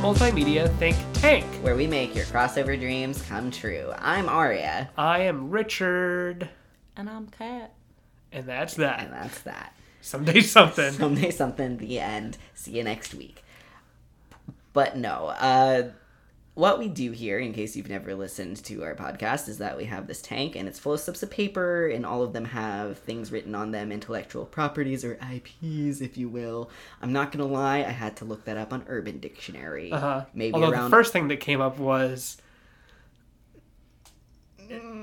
multimedia think tank. where we make your crossover dreams come true. I'm Aria, I am Richard, and I'm Kat, and that's and that. that's that. Someday something. Someday something. The end. See you next week. But no, uh, what we do here, in case you've never listened to our podcast, is that we have this tank, and it's full of slips of paper, and all of them have things written on them, intellectual properties or IPs, if you will. I'm not gonna lie, I had to look that up on Urban Dictionary. Uh-huh. Maybe Although around the first thing that came up was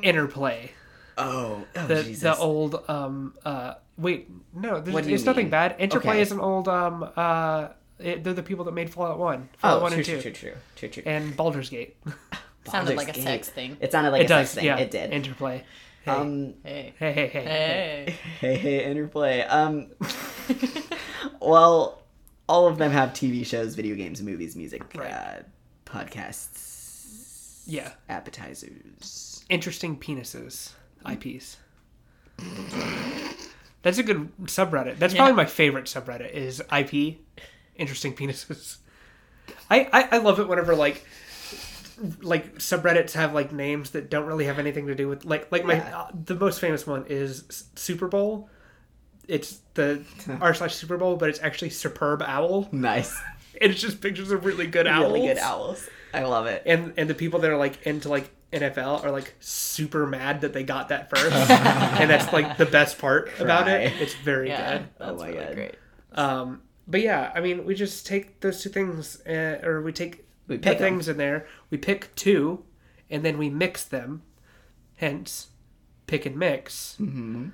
interplay. oh, oh The, Mm. Jesus. the old um uh wait no What there's, do you it's nothing mean? bad. Interplay Okay. is an old um uh it, they're the people that made Fallout One, Fallout Oh, One true, and true, Two, true, true, true, true. and Baldur's Gate. Sounded like Baldur's a Gate. sex thing. It sounded like it a does, sex thing. yeah. It did. Interplay. Hey. Um, Hey. hey, hey, hey, Hey. hey, hey, interplay. Um, well, all of them have TV shows, video games, movies, music, Right. uh, podcasts, Yeah, appetizers. interesting penises, IPs. That's a good subreddit. That's probably Yeah. my favorite subreddit is IP, interesting penises. I, I I love it whenever like like subreddits have like names that don't really have anything to do with like like my Yeah. uh, the most famous one is S- Super Bowl. It's the r slash Super Bowl, but it's actually superb owl. Nice, And it's just pictures of really good owls. really good owls. I love it. and and the people that are like into like NFL are like super mad that they got that first, and that's like the best part about it. Cry. It's very Yeah, good. that's Oh my really God. great. Um, but yeah, I mean, we just take those two things, uh, or we take We the pick 'em. things in there. We pick two, and then we mix them. Hence, pick and mix. Mm-hmm.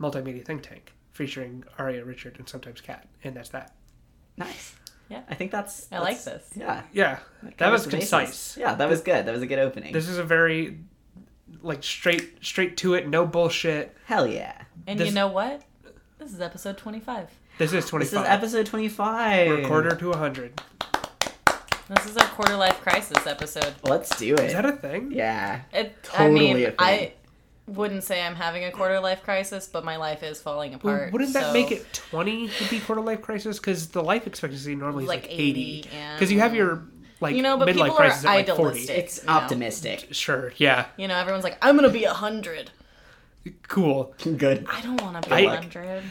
Multimedia think tank featuring Aria, Richard, and sometimes Kat, and that's that. Nice. Yeah. I think that's. I like that's- this. Yeah, Yeah, that covers was the bases. concise. Yeah, that was good. That was a good opening. This is a very like straight straight to it, no bullshit. Hell yeah. And This- you know what? This is episode 25. This is twenty This is five. episode twenty-five. quarter to hundred. This is our quarter life crisis episode. Let's do it. Is that a thing? yeah. It, Totally I a mean, thing. I wouldn't say I'm having a quarter life crisis, but my life is falling Well, apart. Wouldn't that so- make it twenty to be quarter life crisis? Because the life expectancy normally is like, Like eighty. 80, yeah. Because you have your like You know, but midlife people are crisis at like forty. idealistic. It's you know? optimistic. Sure. Yeah. You know, everyone's like, I'm going to be 100. Cool. Good. I don't want to I- be 100.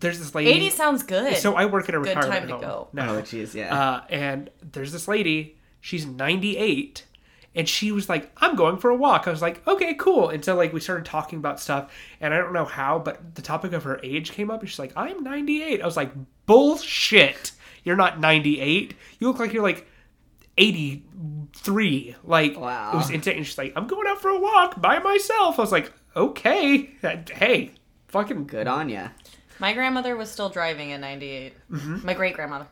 There's this lady. 80 sounds good. So I work at a retirement time to home go. now. Oh, jeez, yeah. Uh, and there's this lady. She's 98, and she was like, "I'm going for a walk." I was like, "Okay, cool." And so like we started talking about stuff, and I don't know how, but the topic of her age came up. And she's like, "I'm 98." I was like, "Bullshit! You're not 98. You look like you're like 83." Like Wow. it was insane. And she's like, "I'm going out for a walk by myself." I was like, "Okay, hey, fucking good on ya. My grandmother was still driving in 98. My great grandmother.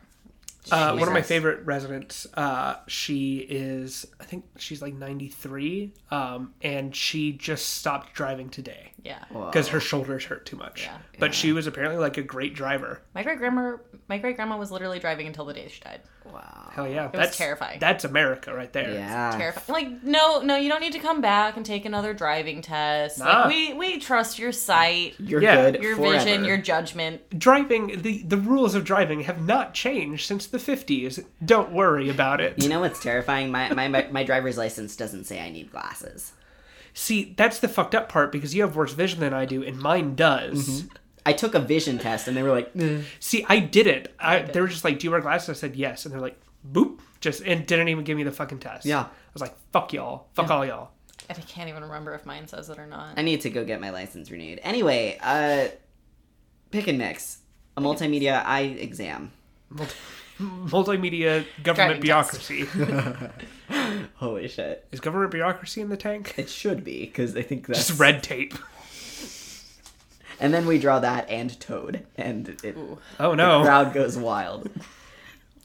Uh, one of my Jesus. favorite residents. Uh, she is, I think she's like 93, um, and she just stopped driving today Yeah. because her shoulders hurt too much. Yeah. But she was apparently like a great driver. My great grandma, my great grandma was literally driving until the day she died. Wow. Hell yeah, was that's terrifying. That's America right there. Yeah. Terrifying. Like, no, no, you don't need to come back and take another driving test. Nah. Like, we we trust your sight, You're Yeah. good. your forever. vision, your judgment. Driving the the rules of driving have not changed since the 50s. Don't worry about it. You know what's terrifying? My, my my my driver's license doesn't say I need glasses. See, that's the fucked up part because you have worse vision than I do, and mine does. Mm-hmm. I took a vision test and they were like, "Eh." See, I did it. I, they were just like, "Do you wear glasses?" I said yes, and they're like, "Boop," just and didn't even give me the fucking test. Yeah. I was like, "Fuck y'all, fuck all y'all." And I can't even remember if mine says it or not. I need to go get my license renewed. Anyway, uh, pick and mix, a multimedia eye exam. Multi- multimedia government Driving test. bureaucracy Holy shit! is government bureaucracy in the tank. It should be because I think that's Just red tape. And then we draw that and Toad, and it, Oh no! crowd goes wild.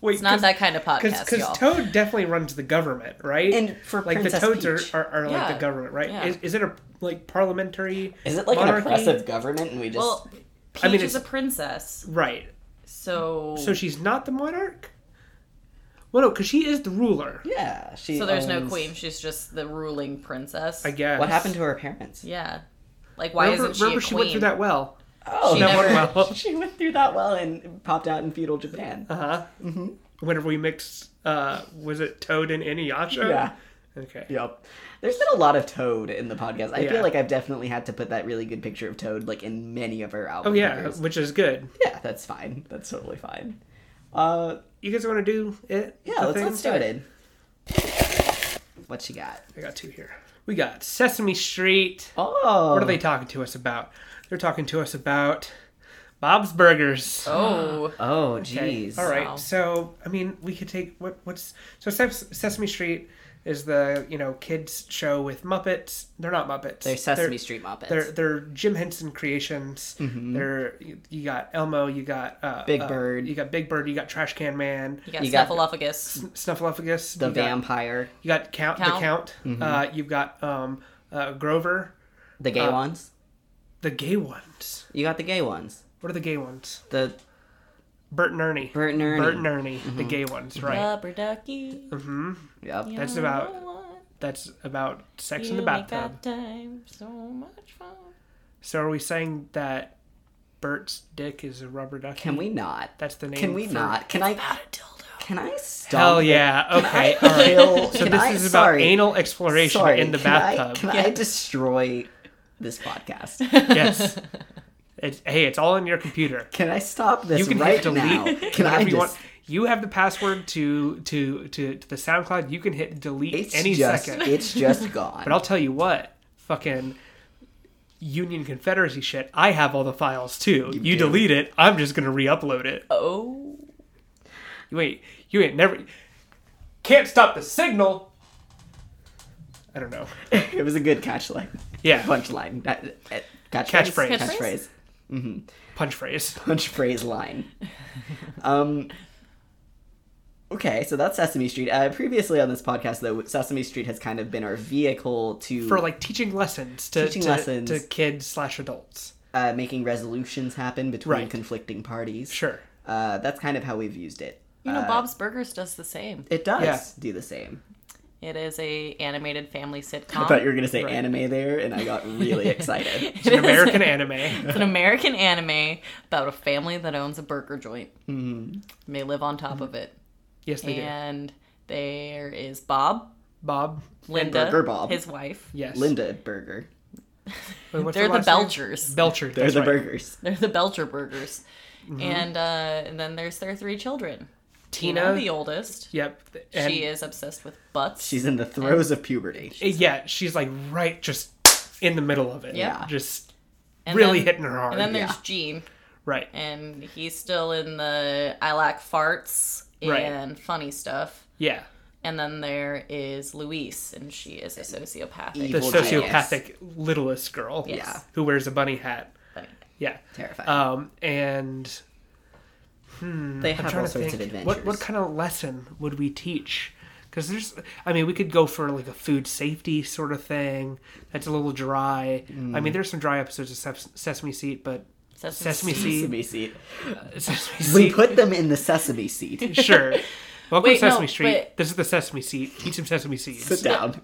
Wait, It's not that kind of podcast, because y'all. Toad definitely runs the government, right? And for like Princess the Toads Peach. are are, are like Yeah. the government, right? Yeah. Is, is it a like parliamentary? Is it like an monarchy? oppressive government? And we just well, Peach I mean, is a it's- princess, Right. so So she's not the monarch. Well, no, because she is the ruler. yeah, she. so there's no owns- queen. She's just the ruling princess. I guess. What happened to her parents? Yeah. Like, why remember, isn't she remember a she queen? went through that well. Oh, She never- well. she went through that well and popped out in feudal Japan. Uh huh. whenever we mixed, uh, was it Toad and Inuyasha? Yeah. Okay. Yep. There's been a lot of Toad in the podcast. I Yeah. feel like I've definitely had to put that really good picture of Toad like in many of our albums. Oh yeah, which is good. Yeah, that's fine. That's totally fine. Uh You guys want to do it? yeah, The let's thing? get started. What you got? I got two here. We got Sesame Street. Oh What are they talking to us about? They're talking to us about Bob's Burgers. Oh, Oh Okay, jeez. All right. Wow. So I mean, we could take what what's so Ses- Sesame Street is the you know kids show with Muppets. They're not Muppets. They're Sesame Street Muppets. They're they're Jim Henson creations. They're you, you got Elmo. You got uh, Mm-hmm. Big uh, Bird. You got Big Bird. You got Trash Can Man. you got You got- Snuffleupagus. Snuffleupagus. the Mm-hmm. you got- vampire, You got Count. The Count. Count. Uh, you've got um, uh, Grover. the Uh, gay ones. The gay ones. You got the gay ones. What are the gay ones? The Bert and Ernie. Bert and Ernie. Mm-hmm. Bert and Ernie. The gay ones. Right. Rubber ducky. Yep. That's you about- know what? That's about sex in You the make bathtub. that time so much fun. So are we saying that Bert's dick is a rubber ducky? Can we not? That's the name. Can we for- not? Can I Not a dildo. can I stop? Hell yeah. Okay. All right. Kill- So can this I- is about sorry. anal exploration Sorry, in the can I- can bathtub. I destroy this podcast? Yes. It's, hey, it's all in your computer. Can I stop this You can right hit delete now? Can I whenever just? you want. You have the password to to to, to the SoundCloud. You can hit delete It's any just, second. it's just gone. But I'll tell you what, fucking Union Confederacy shit. I have all the files too. You, do. delete it, I'm just gonna re-upload it. Oh. You ain't you ain't never can't stop the signal. I don't know. it was a good catch line. Yeah. punchline. That- uh, Catchphrase. Catchphrase. Catchphrase? Catchphrase. Punch phrase. Punchphrase line. Um. Okay, so that's Sesame Street. Uh, previously on this podcast, though, Sesame Street has kind of been our vehicle to For like teaching lessons to Teaching to, lessons. to kids slash adults. uh, making resolutions happen between Right. conflicting parties. Sure. Uh, that's kind of how we've used it. You know, Uh, Bob's Burgers does the same. It does Yeah. do the same. It is a animated family sitcom. I thought you were going to say Right. anime there, and I got really excited. It's an American anime. It's an American anime about a family that owns a burger joint. Mm. Mm-hmm. They live on top of it. Yes, they do. And there is Bob, Bob. Linda, Burger Bob. his wife. Yes. Linda Burger. Wait, what's They're the last name? Belchers. Belcher. They're that's the right. burgers. They're the Belcher Burgers. Mm-hmm. And, uh, and then there's their three children. Tina. the oldest. Yep. And eh, she is obsessed with butts. She's in the throes of puberty. yeah, she's like right just in the middle of it. Yeah. Just And really then- hitting her hard. And then there's yeah. Gene, right. and he's still in the I lack farts and Right. funny stuff. Yeah. And then there is Luis, and she is a sociopathic. The Evil genius. sociopathic littlest girl. Yes. Yeah. Who wears a bunny hat. Funny. Yeah. Terrifying. Um, and they have Um, trying all to sorts of think, adventures. What what kind of lesson would we teach? Because there's, I mean, we could go for like a food safety sort of thing. That's a little dry. I Mm. mean, there's some dry episodes of Ses- Sesame Seed, but Sesame Sesame Street. Seed, sesame seed? Sesame We Seed, put them in the sesame seed. sure. Welcome Wait, to Sesame no, Street. but- This is the Sesame Seed. Eat some Sesame Sit Seeds. down.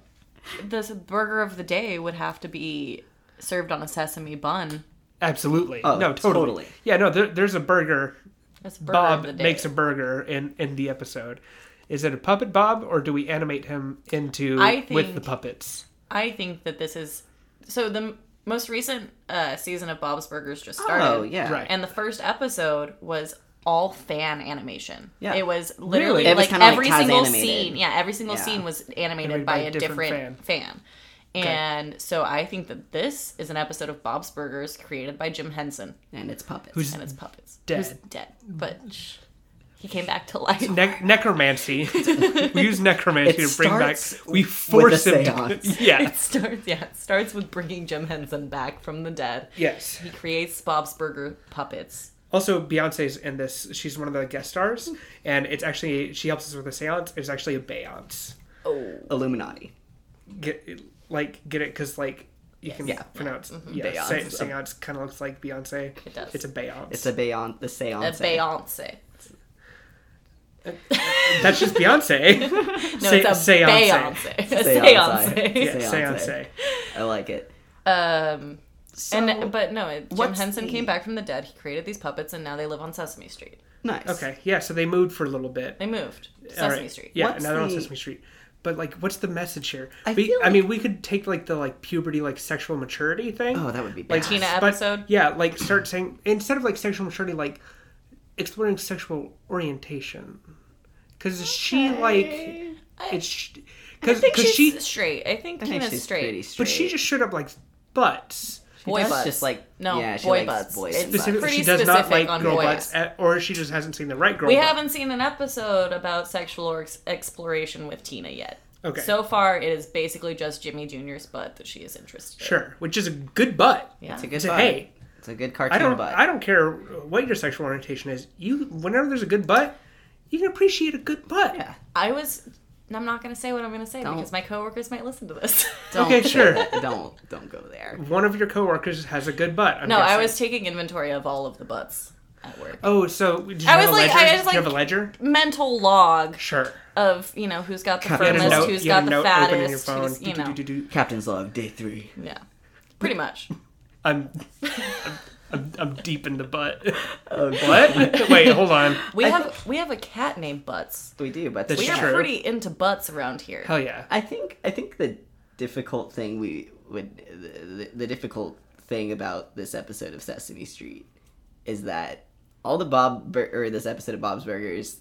This burger of the day would have to be served on a sesame bun. Absolutely. Oh, no, totally. totally. Yeah, no. There, there's a burger. That's burger Bob of the day. makes a burger in in the episode. Is it a puppet Bob, or do we animate him into I with think- the puppets? I think that this is so the m- most recent uh, season of Bob's Burgers just started. Oh yeah. Right. And the first episode was all fan animation. Yeah. It was literally Really? It was like kinda like every Taz single animated. scene. Yeah, every single Yeah. scene was animated Animated by, by a a different different fan. And so I think that this is an episode of Bob's Burgers created by Jim Henson And it's puppets. Who's- and its puppets. Dead. Mm. Who's dead, but he came back to life. Ne- necromancy. we use necromancy It to bring back. starts We force with a him. To, seance. yeah. It starts, yeah, it starts with bringing Jim Henson back from the dead. Yes. He creates Bob's Burger puppets. Also, Beyonce's in this. She's one of the guest stars, and it's actually she helps us with a seance. It's actually a Beyonce. Oh, Illuminati. Get like get it because like you can Yeah. pronounce yeah, Beyonce. se- seance kind of looks like Beyonce. Mm-hmm. It does. It's a Beyonce. It's a Beyond the a Seance. Beyonce. That's just Beyonce. No, Se- it's a seance. seance. A Seance. seance. Yeah, Seance. seance. I like it. Um, So, and but no, it, Jim what's Henson the- came back from the dead. He created these puppets, and now they live on Sesame Street. nice. Okay, yeah. So they moved for a little bit. They moved to All Sesame right. Street. Yeah, What's now they're on the- Sesame Street. But like, what's the message here? I I, feel I like- mean, we could take like the like puberty, like sexual maturity thing. Oh, that would be bad. like Tina but- episode? yeah, like start saying instead of like sexual maturity, like exploring sexual orientation. Because she like it's I because think she's she straight. I think I think Tina's she's straight. pretty straight. but she just showed up like butts. She boy does butts. just like No, yeah, she boy likes butts. boys It's and specific- Specifically, butts. Pretty she does not specific like on girl boy butts, at, or she just hasn't seen the right girl. We butt. haven't seen an episode about sexual or ex- exploration with Tina yet. Okay. So far, it is basically just Jimmy Jr.'s butt that she is interested. in. sure, which is a good butt. Yeah. It's a good So, butt. hey, it's a good I cartoon don't. butt. I don't care what your sexual orientation is. You, whenever there's a good butt, you can appreciate a good butt. Yeah. I was. I'm not gonna say what I'm gonna say Don't. because my coworkers might listen to this. Don't Okay, say sure. that. Don't don't go there. One of your coworkers has a good butt. I'm no, I guessing. was taking inventory of all of the butts at work. Oh, so did you I have was a like- ledger? I was Did like- you have a ledger? Mental log Sure. of you know who's got the You had a firmest, note- who's you had got a the note open in your fattest, phone. who's you Do, do, know, do, do, do. Captain's log day three. yeah, pretty much. I'm, I'm, I'm, I'm deep in the butt. Uh, what? Wait, hold on. We have we have a cat named Butts. We do, but That's We yeah. true. are pretty into butts around here. Hell yeah. I think I think the difficult thing we would the, the, the difficult thing about this episode of Sesame Street is that all the Bob Bur- or this episode of Bob's Burgers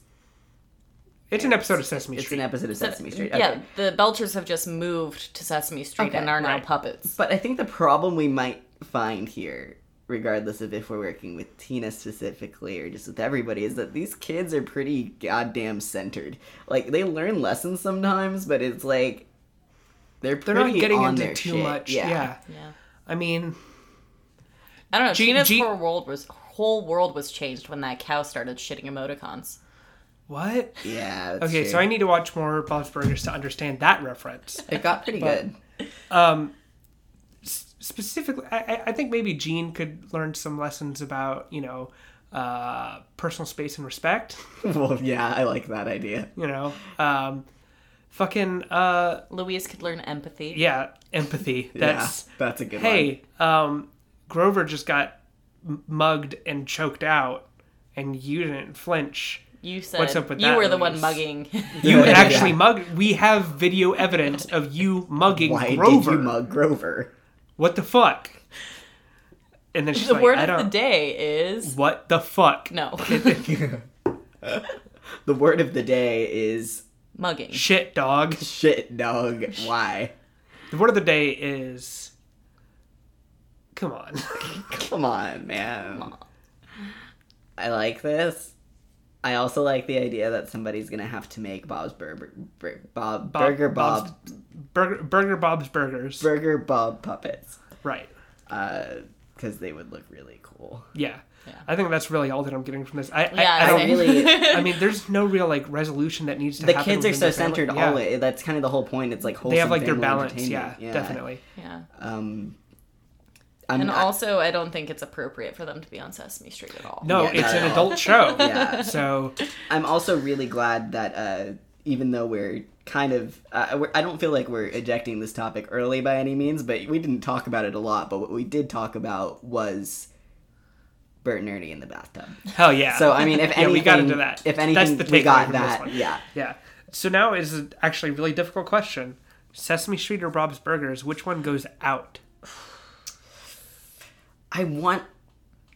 It's an episode of Sesame it's Street. an episode of Sesame Street. Yeah, okay. the Belchers have just moved to Sesame Street Okay, and are now right. puppets. But I think the problem we might find here, regardless of if we're working with Tina specifically or just with everybody, is that these kids are pretty goddamn centered. Like they learn lessons sometimes, but it's like they're They're pretty not getting on into their too shit. much. Yeah. Yeah. I mean, I don't know. G- Gina's G- whole world was whole world was changed when that cow started shitting emoticons. what? Yeah. that's Okay, true. so I need to watch more Bob's Burgers to understand that reference. It got pretty good. specifically I, I- I think maybe Gene could learn some lessons about you know uh, personal space and respect well, yeah, I like that idea. you know um, fucking uh, Louise could learn empathy. yeah empathy that's yeah, that's a good hey um, Grover just got m- mugged and choked out and you didn't flinch You said What's up with you that, were the one Louise? mugging. You But actually mugged we have video evidence of you mugging Why Grover did you mug Grover? what the fuck and then she's the like word I of don't the day is what the fuck no The word of the day is mugging. shit dog shit dog. Why? The word of the day is. Come on. Come on, man. I like this. I also like the idea that somebody's gonna have to make Bob's Burger, bur- Bob, Bob- Burger Bob, Bob's- Burger, Burger Bob's Burgers. Burger Bob puppets, right. because they would look really cool. Yeah. Yeah. I think that's really all that I'm getting from this. I, Yeah, I, I don't same. really- I mean, there's no real like resolution that needs to The happen. kids are within so their family. centered Yeah. always. That's kind of the whole point. It's like wholesome They have like their family balance. Yeah, entertainment. definitely. yeah. Um, I'm, And I- also, I don't think it's appropriate for them to be on Sesame Street at all. No, Yeah, it's not an at adult show. Yeah. So I'm also really glad that uh, even though we're kind of, uh, we're, I don't feel like we're ejecting this topic early by any means, but we didn't talk about it a lot. But what we did talk about was Bert and Ernie in the bathtub. hell yeah. So I mean, if yeah, anything, we got into that. If that's anything, the we takeaway got from this that. one. Yeah, Yeah. So now is actually a really difficult question. Sesame Street or Bob's Burgers, which one goes out? I want.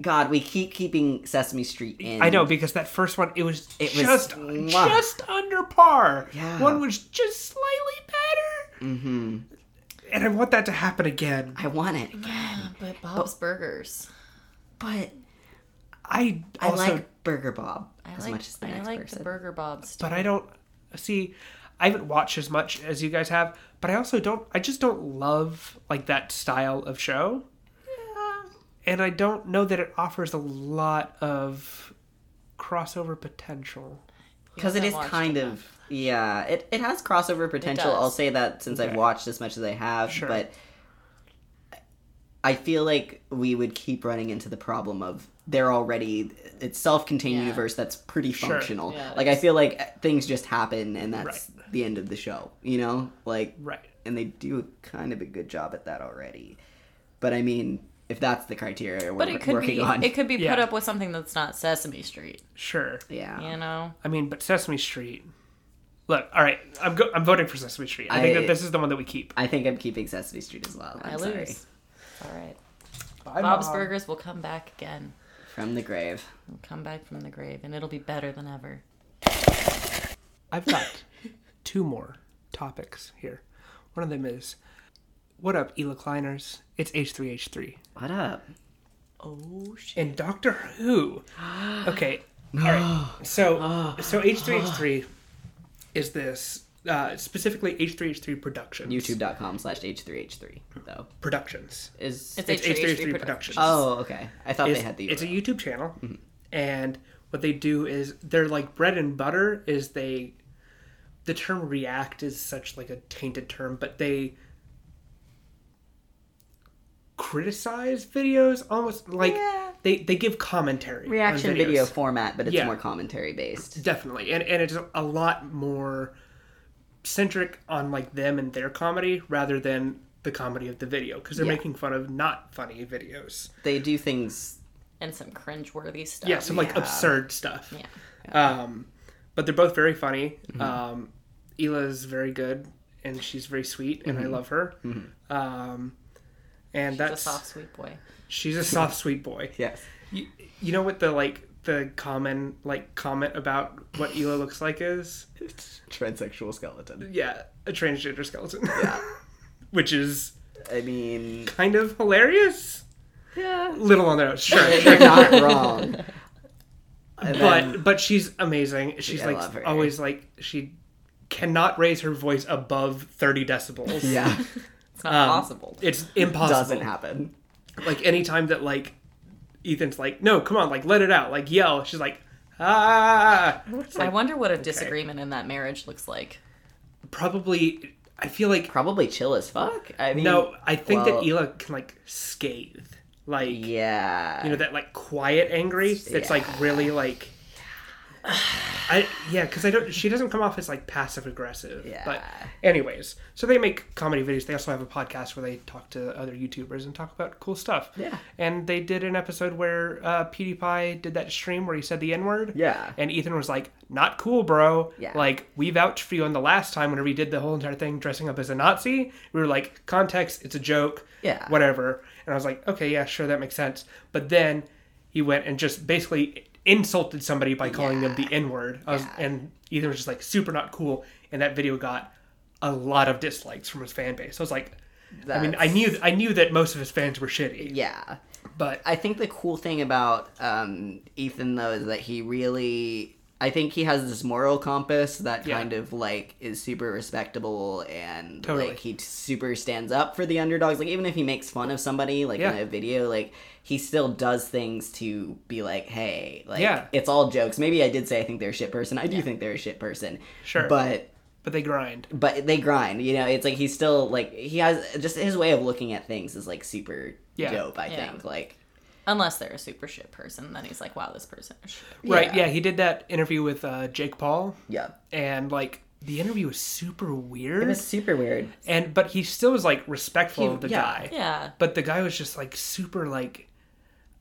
God, we keep keeping Sesame Street in. I know because that first one it was It was just mwah. just under par. Yeah. One was just slightly better. hmm And I want that to happen again. I want it, But Bob's Burgers. but I I also like Burger Bob I as like, much as the I next like the person. Burger Bob's. but I don't see I haven't watched as much as you guys have, but I also don't I just don't love like that style of show. And I don't know that it offers a lot of crossover potential. because it haven't is watched kind of yeah it, it has crossover potential does. i'll say that since i've watched as much as i have Sure. but i feel like we would keep running into the problem of they're already it's self-contained Yeah. universe that's pretty functional Yeah, like i feel like things just happen and that's Right. the end of the show you know like Right. and they do kind of a good job at that already but i mean if that's the criteria we're But it could working be on. it could be put Yeah. up with something that's not Sesame Street. Sure. yeah. You know, I mean, but Sesame Street. Look, all right, I'm go- I'm voting for Sesame Street. I, think I- that this is the one that we keep. I think I'm keeping Sesame Street as well. I'm I sorry. lose. All right, Bob's Burgers will come back again. From the grave. We'll come back from the grave, and it'll be better than ever. I've got two more topics here. One of them is, what up, Ela Kleiners? It's H3H3 What up? Oh shit! and Doctor Who. Okay, all right. So so H3H3 is this uh, specifically H3H3 Productions. YouTube.com slash H3H3, though. Productions. Is It's It's H3H3 H3H3 Productions. Productions. Oh, okay. I thought they is- had the Mm-hmm. it's a URL. YouTube channel, and what they do is their like bread and butter is they. The term react is such like a tainted term, but they criticize videos almost like Yeah. they they give commentary on reaction video videos. format, but it's Yeah. more commentary based. definitely and and it's a lot more centric on like them and their comedy rather than the comedy of the video because they're Yeah. making fun of not funny videos They do things. And some cringeworthy stuff. yeah some like yeah. absurd stuff Yeah. um but they're both very funny um Ela's very good and she's very sweet and I love her um and He's a that's soft sweet boy. she's a soft sweet boy Yes. you, you know what the like the common like comment about what Ela looks like is Transsexual skeleton. yeah, a transgender skeleton. Yeah. Which is I mean, kind of hilarious. yeah. Little on the nose, sure. They're not wrong. And then- but but she's amazing. She's I like love her. always like she cannot raise her voice above thirty decibels. yeah, It's not um, possible. It's impossible. doesn't happen. Like anytime that like Ethan's like, no, come on, like let it out, like yell. She's like, ah. It's I like wonder what a disagreement in that marriage looks like. probably. I feel like Probably chill as fuck. I mean, no. I think well- that Ela can like scathe. Like Yeah. you know that like quiet angry that's like really like I yeah because I don't she doesn't come off as like passive aggressive Yeah. but anyways so they make comedy videos they also have a podcast where they talk to other YouTubers and talk about cool stuff Yeah. and they did an episode where uh, PewDiePie did that stream where he said the N word Yeah. and Ethan was like not cool bro Yeah. like we vouched for you on the last time whenever we did the whole entire thing dressing up as a Nazi we were like context it's a joke Yeah. whatever. And I was like, okay, yeah, sure, that makes sense. But then he went and just basically insulted somebody by calling them the N word. I was And Ethan was just like, super not cool. And that video got a lot of dislikes from his fan base. I was like, I mean, I That's- knew I knew that most of his fans were shitty, Yeah. but I think the cool thing about um, Ethan though is that he really, I think he has this moral compass that Yeah. kind of like is super respectable and Totally. like he t- super stands up for the underdogs. Like even if he makes fun of somebody, like Yeah. in a video, like he still does things to be like, hey, like Yeah. it's all jokes. Maybe I did say I think they're a shit person. I do think they're a shit person. Sure. but but they grind. but they grind you know it's like he's still like he has just his way of looking at things is like super Yeah. dope i Yeah. think like Unless they're a super shit person, then he's like, wow, this person is shit. Right? Yeah, he did that interview with uh, Jake Paul, yeah and like the interview was super weird. It was super weird. And but he still was like respectful He- of the yeah. guy. Yeah. but the guy was just like super like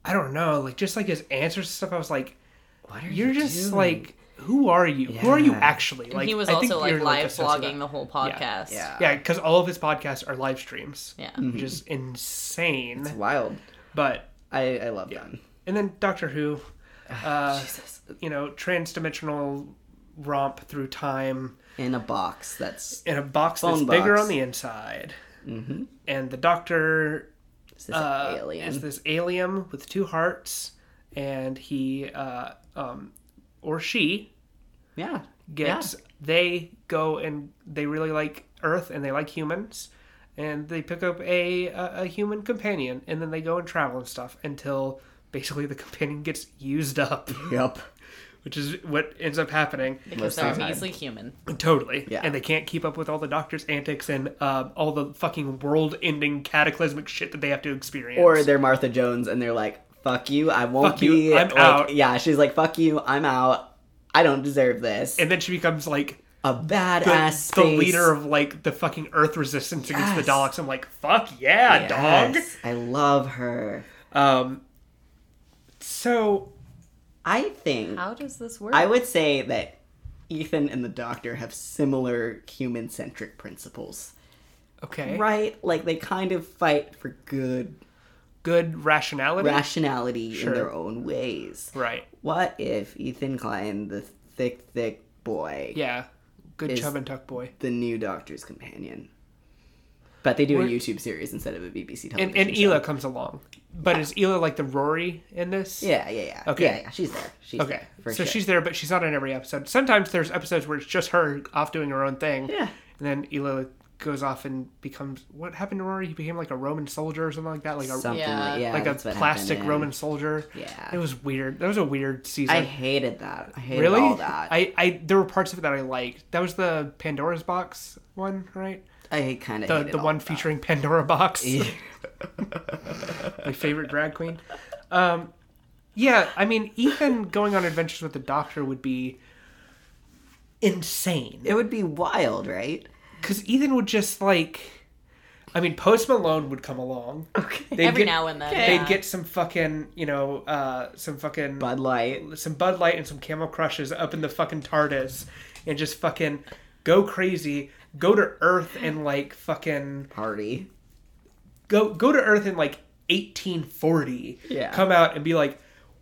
i don't know like just like his answers and stuff i was like What are you're just like who are you who are you Yeah. actually like he was I think also like you're, live a sense of vlogging that. the whole podcast. Yeah. yeah because all of his podcasts are live streams Yeah. which is insane Mm-hmm. It's wild. but I I love them. and then doctor who Ah, uh Jesus. you know transdimensional romp through time In a box. That's in a box that's Phone bigger box. Mm-hmm. on the inside and the doctor it's this uh, alien. is this alien with two hearts, and he uh, um, or she yeah. gets they go and they really like Earth and they like humans, and they pick up a a, a human companion, and then they go and travel and stuff until basically the companion gets used up, Yep. which is what ends up happening Because Most they're of the time. easily human. totally. Yeah. and they can't keep up with all the doctor's antics and uh, all the fucking world-ending cataclysmic shit that they have to experience. Or they're Martha Jones and they're like, "Fuck you, I won't Fuck you, be." I'm like, out. Yeah, she's like, "Fuck you, I'm out. I don't deserve this." and then she becomes like a badass the, the uh, space. leader of like the fucking Earth resistance against the Yes. Daleks. I'm like, fuck yeah, dog. Yes, I love her. Um, so I think How does this work? I would say that Ethan and the Doctor have similar human centric principles, okay, right? Like they kind of fight for good good rationality, rationality Sure. in their own ways. right? What if Ethan Klein, the thick, thick boy, Yeah, good Is- chub and tuck boy. the new Doctor's companion? But they do a We're- YouTube series instead of a BBC television And, and show. Ela comes along, but is Ela like the Rory in this? Yeah, yeah, yeah. Okay. Okay. Yeah, yeah. She's there. She's Okay, there, for so sure. she's there, but she's not in every episode. Sometimes there's episodes where it's just her off doing her own thing. Yeah. and then Ela goes off and becomes what happened to Rory? He became like a Roman soldier or something like that, like a something Yeah. like, yeah, like a that's what plastic happened, Roman and soldier. Yeah. it was weird. That was a weird season. I hated that. I hated really, all that. I, I, I there were parts of it that I liked. That was the Pandora's box one, right? kind of The hated the all one of that. featuring Pandora box. My favorite drag queen. Um, yeah, I mean Ethan going on adventures with the Doctor would be insane. It would be wild, right? because Ethan would just like, I mean, Post Malone would come along. Okay. Every now and then, they'd yeah. get some fucking, you know, uh, some fucking Bud Light. some Bud Light and some Camel Crushes up in the fucking TARDIS, and just fucking go crazy, go to Earth and like fucking party. go go to Earth in like 1840. Yeah. Come out and be like,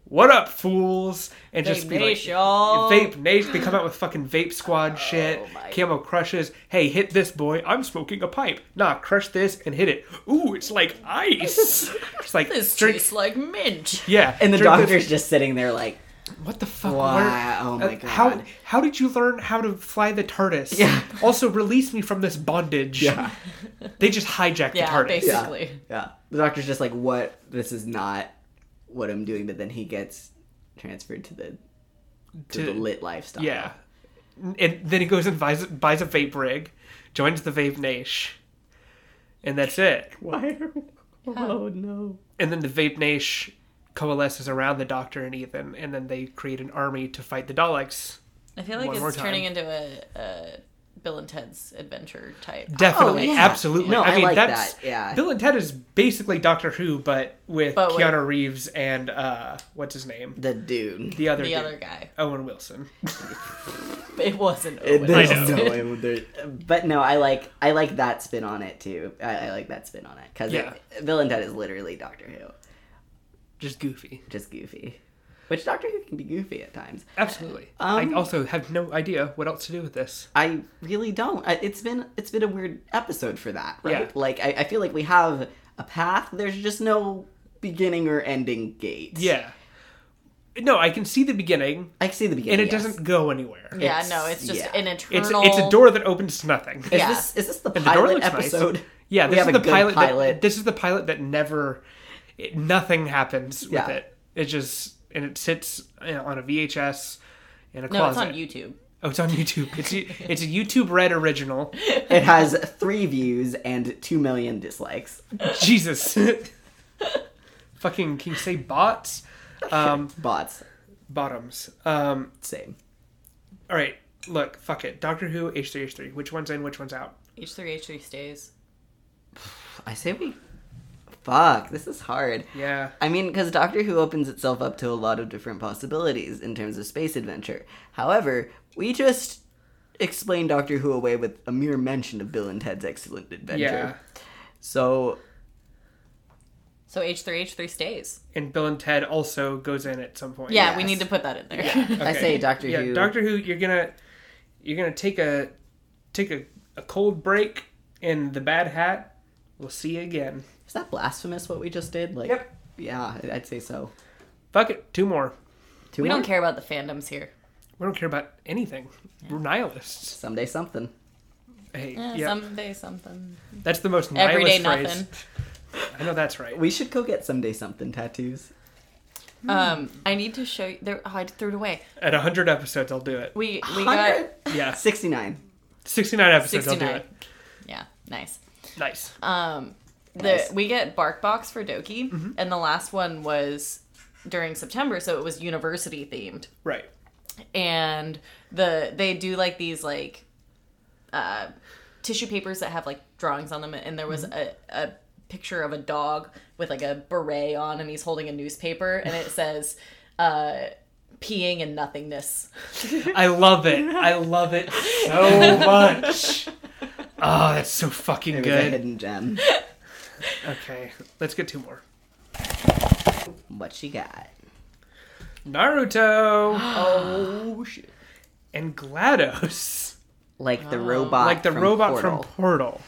"What up, fools?" And just Vape be Nation. like, "Vape Nation." They come out with fucking vape squad shit, Oh my- camo crushes. Hey, hit this boy. I'm smoking a pipe. Nah, crush this and hit it. Ooh, it's like ice. it's like this drink. tastes like mint. Yeah, And the drink doctor's this- just sitting there like, What the fuck? Wow, Where- uh, oh my How God. how did you learn how to fly the TARDIS? Yeah. Also, release me from this bondage. Yeah. They just hijacked Yeah, the TARDIS. basically. yeah. yeah. The doctor's just like, what? This is not what I'm doing. But then he gets transferred to the to, To- the lit lifestyle. Yeah. And then he goes and buys, buys a vape rig, joins the Vape Nash, and that's it. Why? Are... Oh no. And then the Vape Nash coalesces around the Doctor and Ethan, and then they create an army to fight the Daleks. I feel like One more it's time. turning into a, a Bill and Ted's adventure type. Definitely, Oh, yeah. absolutely. No, I I mean like that's that, yeah. Bill and Ted is basically Doctor Who, but with But with- Keanu Reeves and uh, what's his name, The dude. the other, the dude, other guy. Owen Wilson. It wasn't. Owen. There's know. no way would there- but no, I like I like that spin on it too. I, I like that spin on it because Yeah. Bill and Ted is literally Doctor Who, Just goofy, just goofy. Which Doctor Who can be goofy at times. absolutely. I Um, also have no idea what else to do with this. I really don't. I, it's been it's been a weird episode for that, right? Yeah. Like I, I feel like we have a path. There's just no beginning or ending gate. Yeah, no, I can see the beginning, I see the beginning, and it yes. doesn't go anywhere. yeah, it's- no, it's just yeah. an It's eternal. it's a door that opens to nothing. Is Yeah. this is this the The door pilot looks episode? nice. Yeah, We this have is a the good pilot. that- pilot. this is the pilot that never. It, nothing happens Yeah. with it. It just and it sits you know, on a VHS in a no, closet. it's on YouTube. Oh, it's on YouTube. It's a- it's a YouTube Red original. It has three views and two million dislikes. Jesus. Fucking can you say bots? Um, Bots, bottoms. Um, same. all right. Look, fuck it. Doctor Who, H3H3. Which one's in? Which one's out? H three H three stays. I say we. Fuck, this is hard. Yeah. I mean, because Doctor Who opens itself up to a lot of different possibilities in terms of space adventure. However, we just explained Doctor Who away with a mere mention of Bill and Ted's Excellent Adventure. Yeah. So So H three H three stays. And Bill and Ted also goes in at some point. Yeah, we Yes. need to put that in there. I say Doctor yeah, Who. Doctor Who, you're gonna you're gonna take a take a, a cold break in the bad hat. We'll see you again. is that blasphemous? What we just did? Like, Yep. Yeah, I- I'd say so. Fuck it, two more. Two we more? don't care about the fandoms here. We don't care about anything. We're nihilists. Someday something. Hey, Eh, yeah, Someday something. that's the most nihilist Everyday phrase. nothing. I know that's right. We should go get someday something tattoos. Um, I need to show you. There, oh, I threw it away. At hundred episodes, I'll do it. We we got 100? Yeah, 69. sixty nine episodes, sixty I'll do nine. it. Yeah, nice. Nice. Um, the Nice. we get Bark Box for Doki, and the last one was during September, so it was university themed. right. and the they do like these like uh, tissue papers that have like drawings on them, and there was a, a picture of a dog with like a beret on, and he's holding a newspaper, and it says. Uh, peeing and nothingness I love it. I love it so much. Oh, that's so fucking It was a good. hidden gem. Okay, let's get two more. What she got? Naruto Oh shit! and GLaDOS. Like the robot, Oh. Like the Ah, from robot Portal.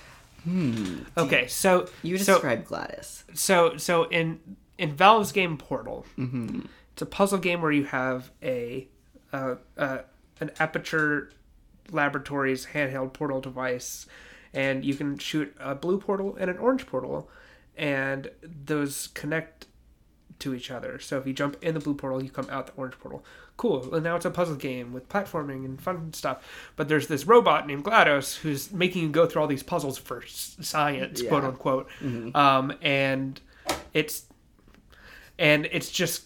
Hmm. from Portal. Okay, so You so, described Gladys. so so in in Valve's game Portal, it's a puzzle game where you have a uh, uh, an Aperture Laboratories handheld portal device, and you can shoot a blue portal and an orange portal, and those connect to each other. So if you jump in the blue portal, you come out the orange portal. Cool. And now it's a puzzle game with platforming and fun stuff. But there's this robot named GLaDOS who's making you go through all these puzzles for s- science, quote unquote. Um, and it's and it's just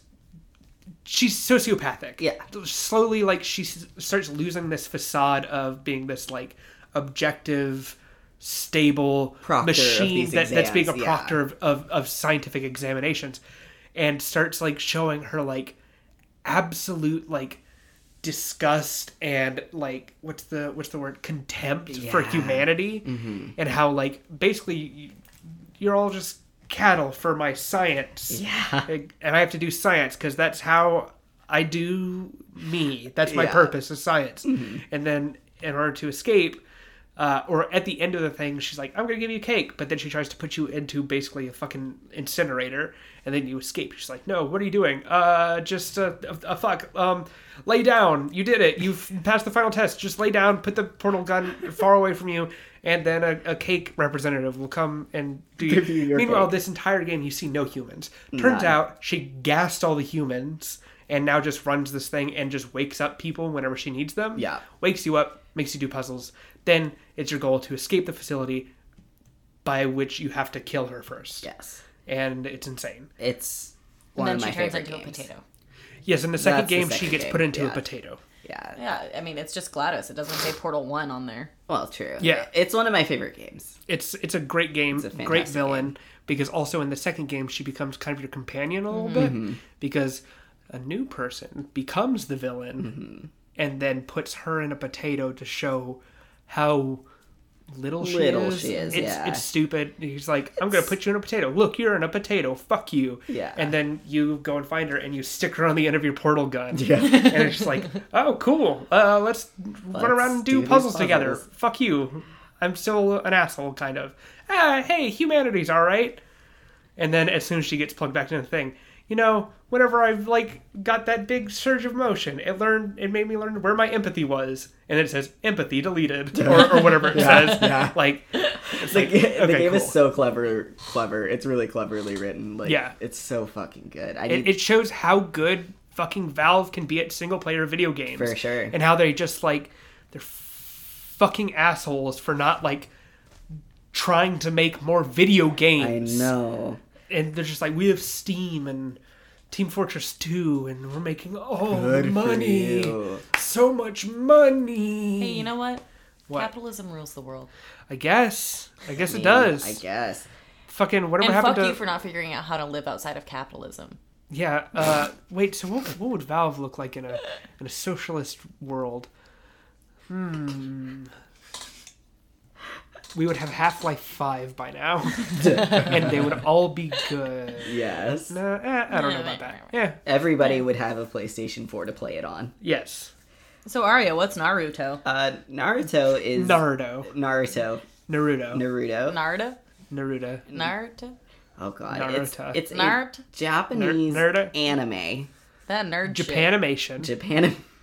she's sociopathic. Yeah. Slowly, like she s- starts losing this facade of being this like objective, stable Proctor of machine these that, that's being a exams, yeah. proctor of, of of scientific examinations, and starts like showing her like absolute like disgust and like what's the what's the word contempt for Yeah. Mm-hmm. humanity and how like basically you- you're all just cattle for my science Yeah. and I have to do science because that's how I do me. That's my Yeah. Mm-hmm. purpose is science. And then in order to escape, uh, or at the end of the thing, she's like, "I'm gonna give you cake," but then she tries to put you into basically a fucking incinerator, and then you escape. She's like, "No, what are you doing? Uh, just a, a, a fuck. Um, lay down. You did it. You've passed the final test. Just lay down. Put the portal gun far away from you." And then a, a cake representative will come and do Give you your Meanwhile, cake. this entire game you see no humans. Turns None. out she gassed all the humans and now just runs this thing and just wakes up people whenever she needs them. Yeah. Wakes you up, makes you do puzzles. Then it's your goal to escape the facility by which you have to kill her first. Yes, And it's insane. it's and one then of my she turns favorite into a games. potato Yes, in the second That's the game she second gets game, put into a yeah. potato. Yeah. yeah i mean it's just glados it doesn't say portal one on there Well, true. Yeah. It's one of my favorite games. It's it's a great game, a great fantastic villain because also in the second game she becomes kind of your companion a little Mm-hmm. bit because a new person becomes the villain Mm-hmm. and then puts her in a potato to show how little she Little is. she is, it's, yeah. it's stupid. He's like, I'm gonna put you in a potato. Look, you're in a potato. Fuck you. Yeah. And then you go and find her and you stick her on the end of your portal gun. Yeah. and it's just like, oh, cool. Uh, let's, run Let's around and do do these puzzles together. puzzles. Fuck you. I'm still an asshole, kind of. Ah, hey, humanity's all right. And then as soon as she gets plugged back into the thing, you know, whenever I've like got that big surge of motion, it learned it made me learn where my empathy was, and it says empathy deleted or, or whatever it says. yeah. Like, it's The, like ga- the okay, game cool. is so clever, clever. It's really cleverly written. Like, Yeah. it's so fucking good. I it, need, it shows how good fucking Valve can be at single player video games. For sure. And how they just like they're fucking assholes for not like trying to make more video I games. know. And they're just like we have Steam and Team Fortress 2 and we're making all Good the for money. you. So much money. hey you know what What? capitalism rules the world I guess. I guess it mean, does. I guess. Fucking whatever and happened fuck to you for not figuring out how to live outside of capitalism Yeah. Uh, wait. So what, what would Valve look like in a in a socialist world? Hmm. We would have Half Life Five by now, and they would all be good. Yes. No, eh, I don't know No, about right, that. right, Yeah. Everybody would have a PlayStation 4 to play it on. Yes. so Arya, what's naruto Uh, Naruto is Naruto. Naruto. Naruto. Naruto. naruto Naruto. naruto oh god, it's- Naruto. it's, a Naruto? Japanese Ner- Naruto? anime. that nerd shit. Japanimation.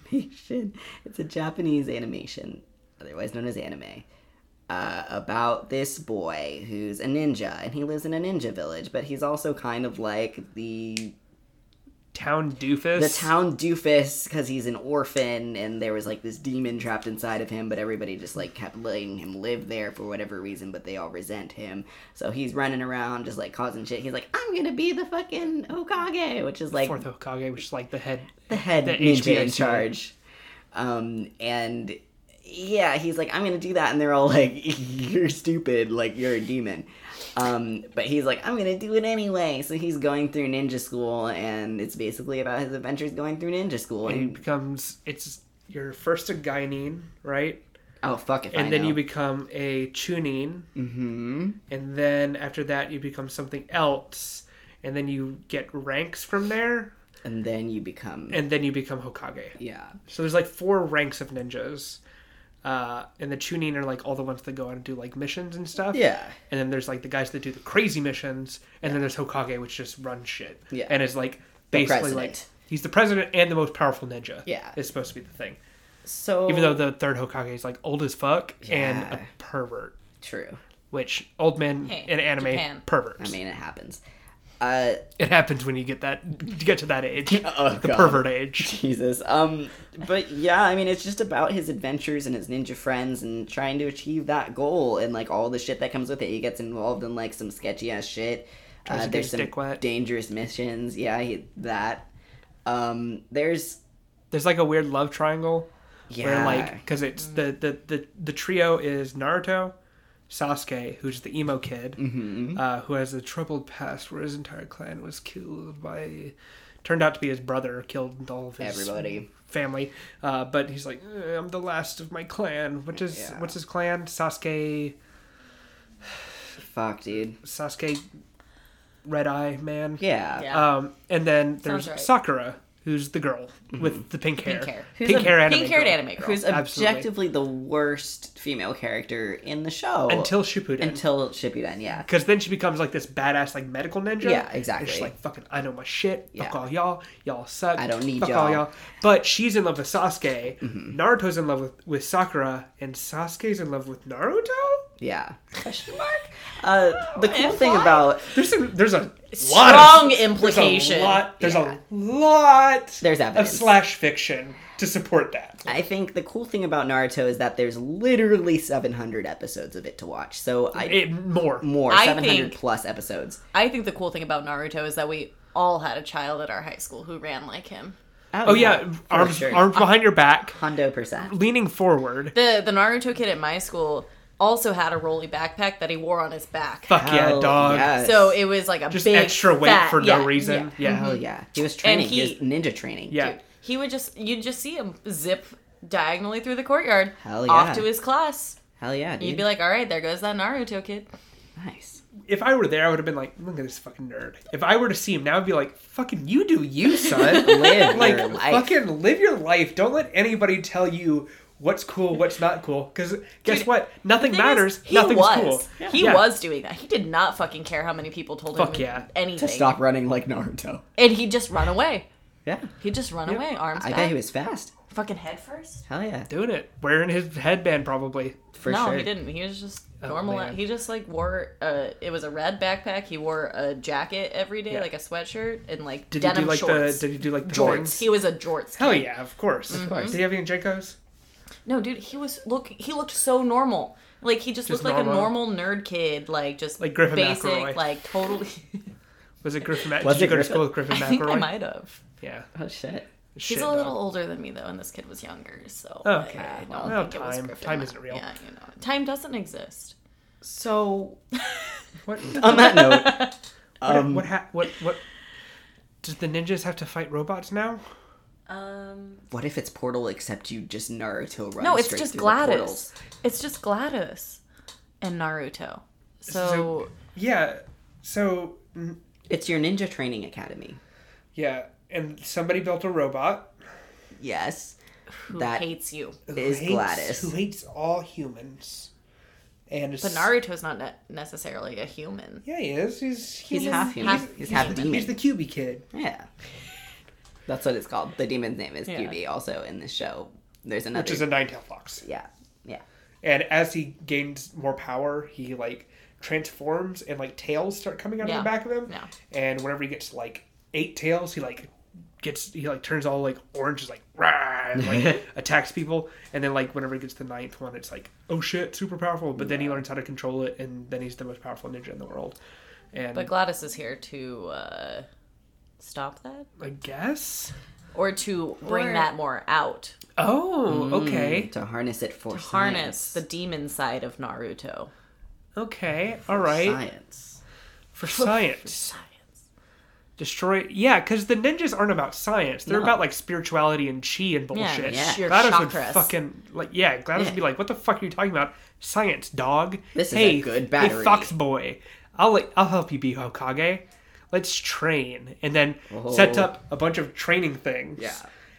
Japanimation. It's a Japanese animation, otherwise known as anime, uh, about this boy who's a ninja and he lives in a ninja village, but he's also kind of like the Town doofus. the town doofus because he's an orphan and there was like this demon trapped inside of him but everybody just like kept letting him live there for whatever reason but they all resent him so he's running around just like causing shit he's like i'm gonna be the fucking okage which is like Fourth Hokage, which is like the head. the head the ninja in HBIC. charge Um, and yeah, he's like, I'm gonna do that, and they're all like, You're stupid, like you're a demon. Um, but he's like, I'm gonna do it anyway. So he's going through ninja school, and it's basically about his adventures going through ninja school. And it And, becomes it's you're first a guyanine, right? oh fuck if And I then know. you become a chunin, mm-hmm. and then after that you become something else, and then you get ranks from there, and then you become and then you become Hokage. yeah. So there's like four ranks of ninjas. Uh, and the Chunin are like all the ones that go out and do like missions and stuff. Yeah. And then there's like the guys that do the crazy missions. And then there's Hokage, which just runs shit. Yeah. And is like basically like president. he's the president and the most powerful ninja. Yeah. Is supposed to be the thing. So Even though the third Hokage is like old as fuck and Yeah. a pervert. true. Which old men Hey, in anime Japan. perverts. I mean, it happens. Uh, it happens when you get that you get to that age. Oh, the God. pervert age. Jesus. Um, but yeah, I mean, it's just about his adventures and his ninja friends and trying to achieve that goal and like all the shit that comes with it. He gets involved in like some sketchy ass shit. Tries Uh, to get there's his some dick wet. dangerous missions. Yeah, he, that. Um, there's There's like a weird love triangle Yeah. where like because it's the, the the the trio is Naruto, Sasuke, who's the emo kid, Mm-hmm. uh, who has a troubled past where his entire clan was killed by, turned out to be his brother killed all of his Everybody. family, uh, but he's like "Eh, I'm the last of my clan. What is Yeah. what's his clan? Sasuke, fuck, dude. Sasuke, Red Eye Man. Yeah. Yeah. Um, and then there's Sounds right. Sakura, who's the girl with the pink hair. hair. Who's Pink a hair anime. Pink haired girl. anime girl. Mm-hmm. Who's Absolutely. objectively the worst female character in the show Until Shippuden. until Shippuden? Yeah. Because then she becomes like this badass like medical ninja. Yeah, And exactly. she's like fucking I know my shit. Yeah. Fuck all y'all. Y'all suck. I don't need Fuck y'all." all Mm-hmm. y'all. But she's in love with Sasuke. Naruto's in love with, with Sakura, and Sasuke's in love with Naruto. Yeah. Question mark. Uh, the cool and thing why? about There's a there's a lot Strong of, implication. There's a lot. There's Yeah. a lot. There's of evidence. slash fiction to support that. I think the cool thing about Naruto is that there's literally 700 episodes of it to watch. So I It, more. more I 700 think- plus episodes. I think the cool thing about Naruto is that we all had a child at our high school who ran like him. Oh yeah, for arms sure. arms Uh, behind your back, Hondo percent. leaning forward. The the Naruto kid at my school also had a rolly backpack that he wore on his back. Fuck yeah, Hell dog. yes. So it was like a Just big, extra weight fat- for yeah, no reason. yeah. Yeah. Hell yeah. He was training. he- he, was ninja training. Yeah. Dude, he would just you'd just see him zip diagonally through the courtyard, Hell yeah. off to his class. Hell yeah, dude. You'd be like, all right, there goes that Naruto kid. nice. If I were there, I would have been like, look at this fucking nerd. If I were to see him now, I'd be like, fucking you do you, son. Live like, your life. fucking live your life. Don't let anybody tell you what's cool, what's not cool. Because guess Dude, what? Nothing Thing matters. is, Nothing's was. cool. He Yeah. was doing that. He did not fucking care how many people told Fuck him yeah. anything. to stop running like Naruto. And he'd just run away. Yeah. He'd just run away, arms I back. bet he was fast. fucking head first. Hell yeah. doing it, wearing his headband probably. For no, sure. he didn't. He was just normal. Oh, man. he just like wore a. It was a red backpack. He wore a jacket every day, Yeah. like a sweatshirt and like Did denim he do like shorts. the? Did he do like the Jorts. things? he was Mm-hmm. a jorts. Hell kid. yeah, of course. Of course. Did he have any Jenkos? No, dude, he was look. He looked so normal. Like he just, Just looked like a normal. normal nerd kid. Like just Like Griffin basic, McElroy. like totally. Was it Griffin? Ma- Was Did it you go to Griffin? school with Griffin I think I McElroy? might have. Yeah. Oh shit. Shit, He's a dog. little older than me though, and this kid was younger, so Okay, I don't well, no, think it was time- Griffin time Mac- isn't real. Yeah, you know, time doesn't exist. So What? on that note, What, um, what, ha- what, what? Does the ninjas have to fight robots now? Um, what if it's Portal except you just Naruto runs no, it's straight just through the portals? Gladys. It's just Gladys and Naruto. So Yeah. So, n- It's your ninja training academy. yeah. And somebody built a robot. Yes. who that hates you? Who Is hates, Gladys. Who hates all humans. And is, But Naruto's not ne- necessarily a human. Yeah, he is. He's, He's human. half human. half- he's, half he's- demon. He's the cubie kid. Yeah. That's what it's called. The demon's name is Yeah. QB also in this show. There's another Which is a nine-tailed fox. Yeah. Yeah. And as he gains more power, he, like, transforms and, like, tails start coming out Yeah. of the back of him. Yeah. And whenever he gets, like, eight tails, he, like, gets, he, like, turns all, like, orange, is like, rah, and, like, attacks people. And then, like, whenever he gets the ninth one, it's like, oh shit, super powerful. But then he learns how to control it, and then he's the most powerful ninja in the world. And But Gladys is here to uh, stop that I guess. or to bring Or- that more out. Oh, okay. to harness it for Harness science. the demon side of Naruto. Mm. Okay. All right. science. For science. Destroy. Yeah, because the ninjas aren't about science. They're No. about like spirituality and chi and bullshit. yeah. Your Gladys chakras. would fucking like. Yeah, Gladys Yeah. would be like, "What the fuck are you talking about? Science, dog. This is hey, a good Hey, battery." fox boy, I'll like, I'll help you be Hokage. Let's train." And then sets Oh. up a bunch of training things. Yeah.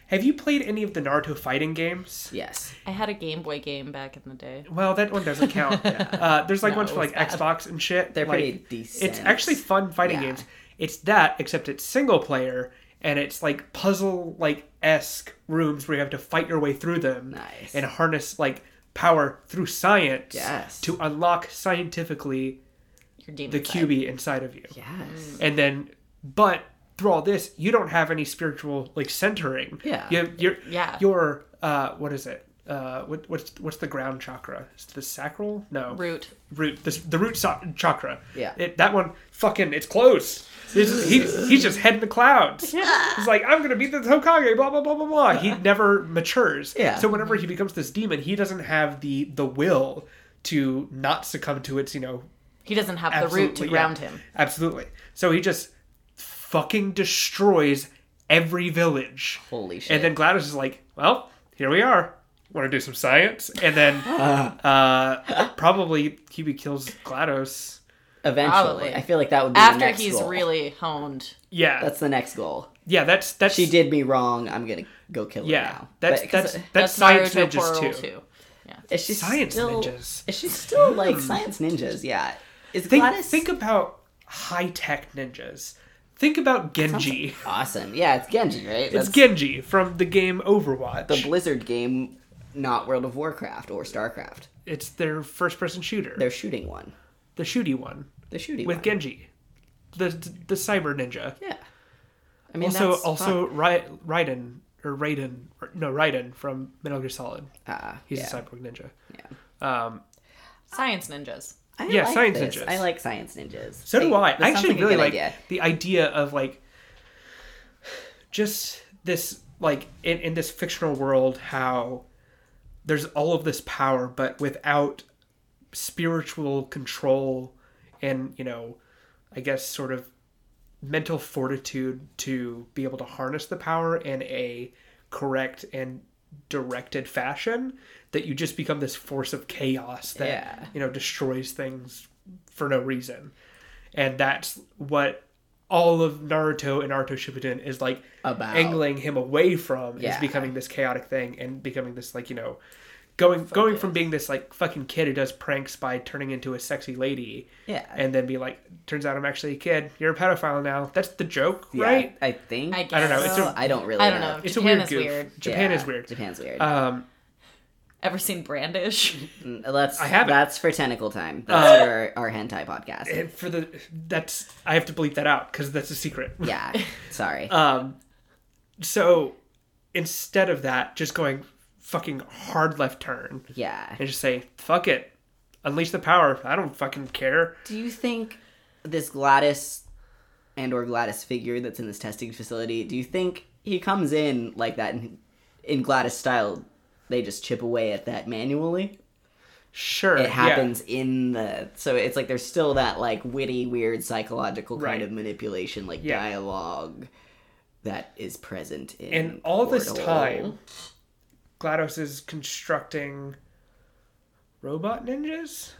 Have you played any of the Naruto fighting games? Yes. I had a Game Boy game back in the day. Well, that one doesn't count. uh, there's like No, ones for it was like Xbox and shit. They're like, pretty decent. It's actually fun fighting Yeah. games. It's that except it's single player and it's like puzzle like esque rooms where you have to fight your way through them Nice. and harness like power through science Yes. to unlock scientifically Your demon the side. QB inside of you. Yes. And then, but through all this, you don't have any spiritual like centering. Yeah. You, you're Yeah. Your uh, what is it? Uh, what, what's what's the ground chakra? Is it the sacral? No root. root this, the root so- chakra. Yeah. It, that one fucking it's close. He's, he's, he's just head in the clouds. He's like, I'm gonna be the Hokage, blah blah blah blah blah. He never matures. Yeah. So whenever he becomes this demon, he doesn't have the the will to not succumb to its, you know, He doesn't have the root to Absolutely, yeah. ground him. absolutely. So he just fucking destroys every village. Holy shit. And then Gladys is like, well, here we are. Want to do some science? And then uh, probably Kibi kills GLaDOS. Eventually, Probably. I feel like that would be the After next he's goal. really honed. Yeah, That's the next goal. yeah, that's that's She did me wrong. I'm gonna go kill her Yeah, now. that's But- 'cause that's, that's science Naruto ninjas Portal too. two. Yeah. is she Science still, ninjas. Hmm. Is she still like science ninjas? Yeah. Is Think Gladys think about high tech ninjas. Think about Genji. awesome? Yeah, it's Genji, right? It's That's Genji from the game Overwatch. the Blizzard game, not World of Warcraft or Starcraft. it's their first person shooter, They're shooting one. the shooty one They're shooting with one. Genji, the the cyber ninja. Yeah. I mean, also that's also Ra- Raiden or Raiden or- no Raiden from Metal Gear Solid. fun. Ah, He's yeah. a cyborg ninja. Yeah. Um, Science ninjas. I Yeah, like science this. ninjas. I like science ninjas. So do They- I. that I sounds actually a really good like idea. the idea of like just this like in, in this fictional world how there's all of this power but without spiritual control and you know I guess sort of mental fortitude to be able to harness the power in a correct and directed fashion that you just become this force of chaos that Yeah. you know destroys things for no reason and that's what all of Naruto and Naruto Shippuden is like About. angling him away from Yeah. is becoming this chaotic thing and becoming this like you know going going from being this like fucking kid who does pranks by turning into a sexy lady Yeah. and then be like turns out I'm actually a kid you're a pedophile now that's the joke Yeah, right I think. I I, guess. I don't know, it's a- don't really. I don't know. know. it's Japan a weird is goof weird. Japan Yeah, is weird Japan's weird. um Ever seen Brandish? Mm, That's I haven't. Uh, that's for tentacle time. That's for our, our hentai podcast. and for the that's I have to bleep that out because that's a secret yeah, sorry. Uh, so instead of that just going fucking hard left turn yeah. and just say fuck it unleash the power i don't fucking care Do you think this Gladys and or Gladys figure that's in this testing facility? Do you think he comes in like that in, in Gladys style? They just chip away at that manually. sure It yeah. happens in the so it's like there's still that like witty, weird, psychological kind Right. of manipulation, like Yeah. dialogue that is present in and all this Portal. time glados is constructing robot ninjas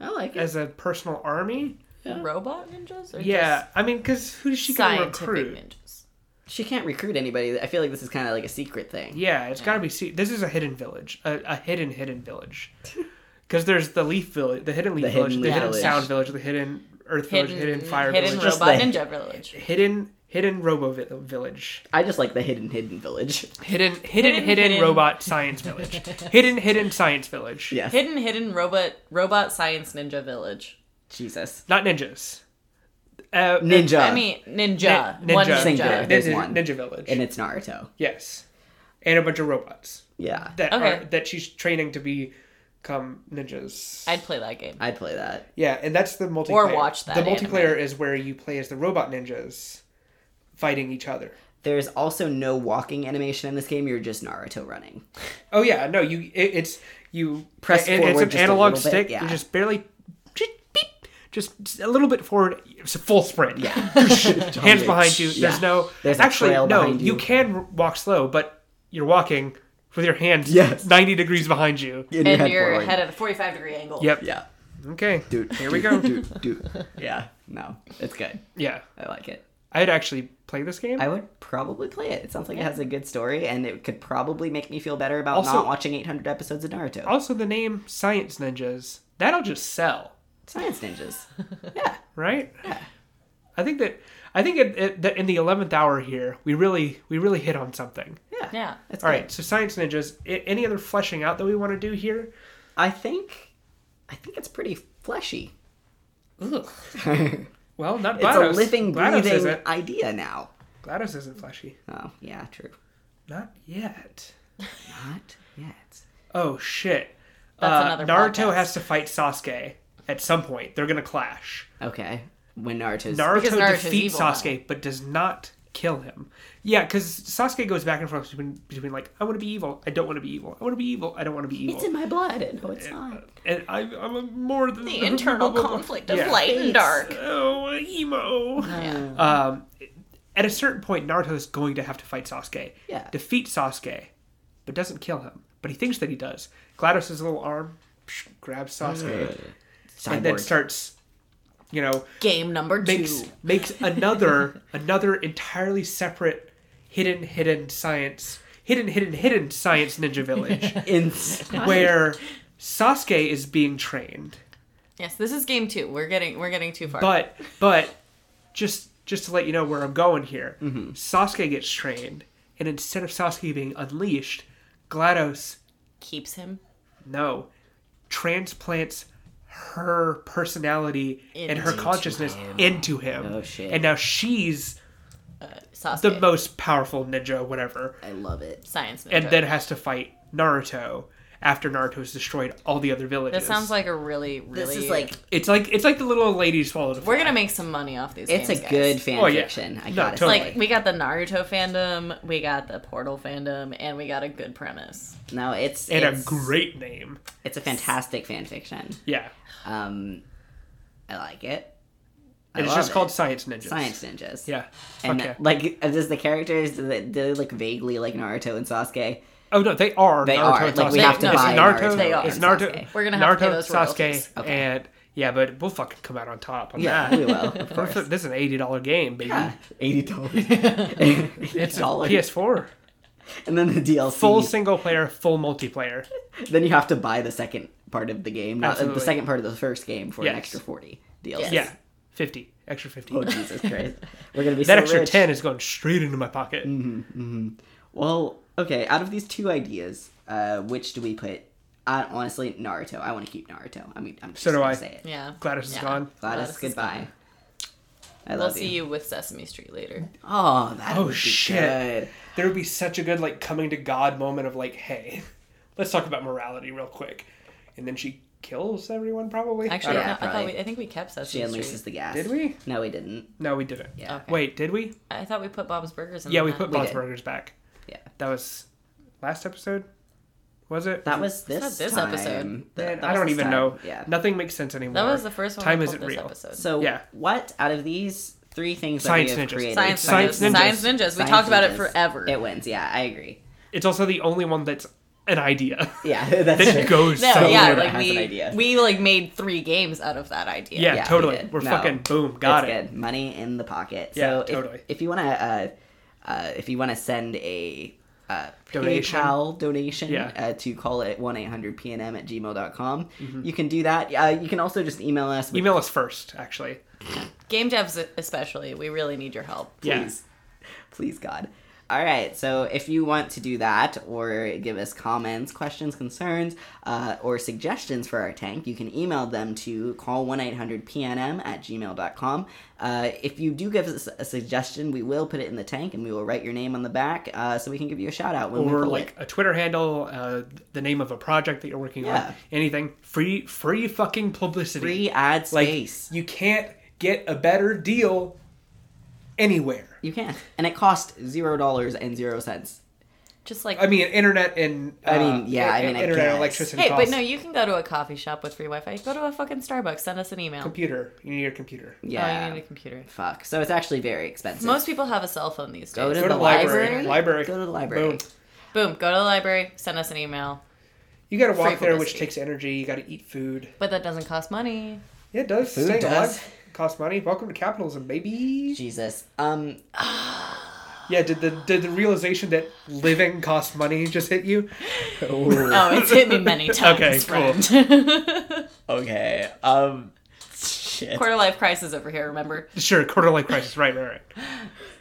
I like it. as a personal army Robot ninjas? Or yeah i mean because who is she Just gonna scientific recruit ninjas. She can't recruit anybody. I feel like this is kind of like a secret thing. yeah it's gotta be se- this is a hidden village a, a hidden hidden village because there's the leaf village the hidden leaf The village hidden the leaf hidden village. sound village the hidden earth Hidden, village hidden fire hidden village Just robot the- ninja village. hidden hidden robo vi- village I just like the hidden hidden village. hidden hidden hidden, hidden- robot science village hidden hidden science village Yes. Hidden hidden robot robot science ninja village. Jesus. not ninjas uh, Ninja. I mean ninja. Nin- One ninja. ninja. Singular. ninja, There's one. ninja village and it's Naruto. yes and a bunch of robots Yeah. that Okay. are that she's training to become ninjas I'd play that game. I'd play that. yeah and that's the multiplayer watch that the anime. multiplayer is where you play as the robot ninjas fighting each other There's also no walking animation in this game. You're just Naruto running. Oh yeah, no, you it, it's you Press it- forward It's just an a analog little bit, stick. yeah. You just barely, just beep, just a little bit forward. It's a full sprint. Yeah, hands behind you. Oh, Yeah. There's no. There's a actually trail no. behind You. you. can walk slow, but you're walking with your hands Yes. ninety degrees behind you. In and head your forward. head at a 45 degree angle. Yep. Yeah. Okay. Dude, Here we go. Dude, dude. Yeah. No, it's good. Yeah, I like it. I'd actually play this game. I would probably play it. It sounds like it has a good story, and it could probably make me feel better about Also- not watching 800 episodes of Naruto. also, the name Science Ninjas that'll just sell, Science ninjas. right? Yeah. I think that I think it, it, that in the eleventh hour here, we really we really hit on something. Yeah. Yeah. That's All great. right, so science ninjas. a- Any other fleshing out that we want to do here? I think, I think it's pretty fleshy. Well, not It's GLaDOS. a living, GLaDOS breathing isn't. idea now. GLaDOS isn't fleshy. Oh, yeah, true. Not yet. Not yet. Oh, shit. That's Uh, another Naruto podcast. has to fight Sasuke at some point. They're going to clash. Okay. When Naruto's. Naruto Because Naruto's defeats evil now. Sasuke, but does not kill him. Yeah, because Sasuke goes back and forth between, between like, I want to be evil. I don't want to be evil. I want to be evil. I don't want to be evil. it's in my blood. No, it's not. and I, I'm a more than The internal conflict of light and It's- dark. Oh, emo. Yeah. Um, at a certain point, Naruto is going to have to fight Sasuke. Yeah. Defeat Sasuke, but doesn't kill him. But he thinks that he does. GLaDOS's little arm psh, grabs Sasuke and then Cyborg. starts, you know, Game number two. makes makes another another entirely separate hidden hidden science hidden hidden hidden science ninja village Inside. where Sasuke is being trained. Yes, this is game two. We're getting we're getting too far. But but just just to let you know where I'm going here, Sasuke gets trained, and instead of Sasuke being unleashed, Glados keeps him no transplants her personality and her Into consciousness into him. Oh, shit. And now she's Sasuke. the most powerful ninja, whatever, I love it. science ninja. and then has to fight Naruto after Naruto has destroyed all the other villages. this sounds like a really really. This is like. it's like it's like the little lady who swallows a we're gonna make some money off these. It's a games, guys. good fan Oh, yeah. fiction. I No, got it. totally. Like we got the Naruto fandom, we got the Portal fandom, and we got a good premise. No, it's. and it's, a great name. It's a fantastic fan fiction. Yeah. Um, I like it. I And it's love just it. called Science Ninjas. Science Ninjas. Yeah. And okay. like, does the characters do they, do they look vaguely like Naruto and Sasuke? oh no, they are. They Naruto are. and Like, we Sasuke. have to it's buy Naruto. Naruto They are. It's and Naruto. Sasuke. We're gonna have to pay Naruto, those royalties. Sasuke, Okay. and yeah, but we'll fucking come out on top. On Yeah, that. we will. Of We're- course. This is an eighty dollar game, baby. Yeah, eighty dollars. It's it's a dollars. PS4. and then the DLC. Full single player, full multiplayer. Then you have to buy the second part of the game, not Absolutely. the second part of the first game for Yes. an extra forty DLC. Yeah, fifty extra fifty. Oh Jesus Christ! We're gonna be that so extra rich. Mm-hmm. ten is going straight into my pocket. Well, okay. Out of these two ideas, uh, which do we put? I, honestly, Naruto. I want to keep Naruto. I mean, I'm just So do gonna I. say it. Yeah. Gladys is Yeah. gone. Gladys, Gladys is goodbye. I We'll love see you with Sesame Street later. Oh, that Oh, would be shit. good. There would be such a good like coming to God moment of like, hey, let's talk about morality real quick, and then she kills everyone probably. I Actually, don't yeah, no, I thought probably. we, I think we kept Sesame She Street. unleashes the gas. Did we? No, we didn't. No, we didn't. Yeah. Okay. Wait, did we? I thought we put Bob's Burgers in. Yeah, the we hat. put Bob's did. Burgers back. Yeah. That was last episode, was it? That was this, not this time. episode. Th- Man, that I was don't this even time. know. Yeah. Nothing makes sense anymore. That was the first one. Time we isn't pulled this real. Episode. So, Yeah. what out of these three things Science that we have ninjas. created? Science, Science ninjas. ninjas. Science ninjas. We Science talked about it ninjas. forever. It wins. Yeah, I agree. It's also the only one that's an idea Yeah, that's that true. goes no, somewhere. yeah, that like has an we idea. we like made three games out of that idea. Yeah, Yeah, we totally. did. We are No. fucking boom. Got it's it. good. Money in the pocket. Yeah, so if- totally. If, you want to, uh, uh, if you want to send a uh, Donation. PayPal donation Yeah. uh, to call it one eight hundred PNM at gmail.com, you can do that. Uh, you can also just email us. With, Mm-hmm. Email us first, actually. Game devs especially, we really need your help. Yeah. please, please, God. All right. So if you want to do that or give us comments, questions, concerns, uh, or suggestions for our tank, you can email them to call 1 800 PNM at gmail.com. Uh, if you do give us a suggestion, we will put it in the tank and we will write your name on the back uh, so we can give you a shout out when we Or pull like it. a Twitter handle, uh, the name of a project that you're working Yeah. on, anything. Free, free fucking publicity. Free ad like space. you can't get a better deal anywhere. You can. And it cost zero dollars and zero cents. Just like I mean, internet and uh, I mean, yeah, I in- mean, I internet and guess. electricity. hey, costs. but no, you can go to a coffee shop with free Wi-Fi. Go to a fucking Starbucks. Send us an email. computer. You need your computer. Yeah. Oh, you need a computer. Fuck. So it's actually very expensive. Most people have a cell phone these days. go to Go the to the library. library. Library. Go to the library. Boom. Boom. Go to the library. Send us an email. You got to Free walk there, which publicity. takes energy. You got to eat food. But that doesn't cost money. Yeah, it does. Food Staying does. alive costs money. Welcome to capitalism, baby. Jesus. Um. Yeah, did the did the realization that living costs money just hit you? Uh, Oh, it's hit me many times. Okay, cool. friend. cool. Okay. Um. Shit. Quarter life crisis over here. Remember? Sure, quarter life crisis. Right, right, right.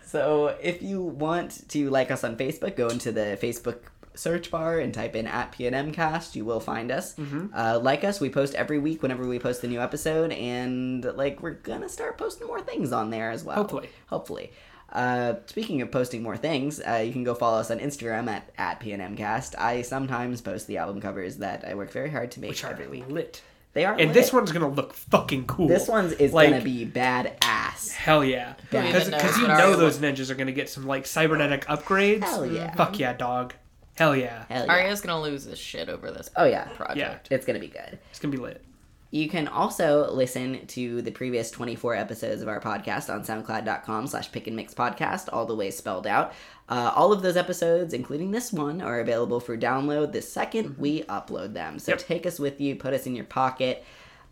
So if you want to like us on Facebook, go into the Facebook search bar and type in at PNMcast. You will find us. Mm-hmm. Uh, like us. We post every week whenever we post a new episode, and like we're gonna start posting more things on there as well. Hopefully. Hopefully. Uh, speaking of posting more things, uh, you can go follow us on Instagram at, at PNMcast. I sometimes post the album covers that I work very hard to make Which are every week. lit. They are And this lit. one's gonna look fucking cool. this one's is Like- gonna be badass. Hell yeah. Who even Because knows you what our know own- those ninjas are going to get some, like, cybernetic upgrades. Hell yeah. Fuck yeah, dog. Hell Oh, yeah. Hell yeah. Arya's gonna lose his shit over this. Oh yeah. Project. Yeah. It's gonna be good. It's going to be lit. You can also listen to the previous 24 episodes of our podcast on soundcloud.com slash pick and mix podcast, all the way spelled out. Uh, all of those episodes, including this one, are available for download the 2nd we upload them. So Mm-hmm. Yep. take us with you, put us in your pocket.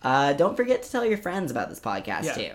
Uh, don't forget to tell your friends about this podcast, Yeah. too.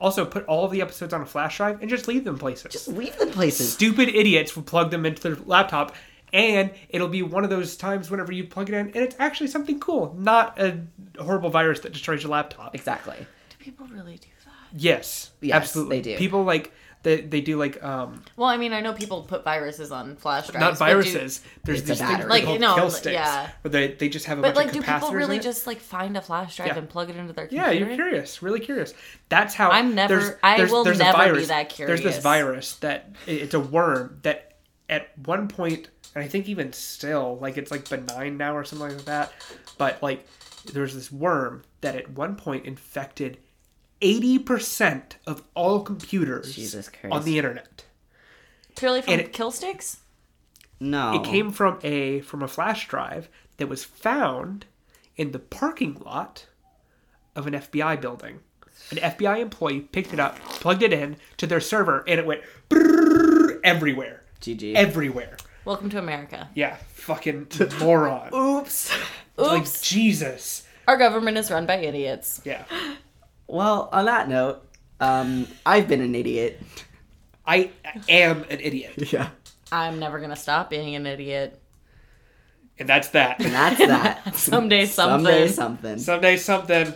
Also, put all the episodes on a flash drive and just leave them places. Just leave the places. Stupid idiots will plug them into their laptop, and it'll be one of those times whenever you plug it in, and it's actually something cool, not a horrible virus that destroys your laptop. Exactly. Do people really do that? Yes, Yes, absolutely. they do. People like they, they do like um Well, I mean, I know people put viruses on flash drives. not but do- viruses. There's It's a these things battery. like Like, called no, kill like, sticks, yeah. where they they just have a But bunch like, do of capacitors. people in really it. just like find a flash drive Yeah. and plug it into their Yeah, computer? you're curious, really curious. That's how I'm never- There's, I there's, will there's a never be virus- that There's curious. this virus that it's a worm that at one point, and I think even still, like it's like benign now or something like that. But like there's this worm that at one point infected eighty percent of all computers Jesus Christ. on the internet. Purely from And it- kill sticks? No. It came from a from a flash drive that was found in the parking lot of an FBI building. An FBI employee picked it up, plugged it in to their server, and it went brrrr everywhere, GG. everywhere. Welcome to America. Yeah, fucking moron. Oops. Oops. Like Jesus. Our government is run by idiots. Yeah, Well, on that note, um, I've been an idiot. I am an idiot, Yeah. I'm never gonna stop being an idiot. and that's that. That's that. Someday something. Someday something. Someday something.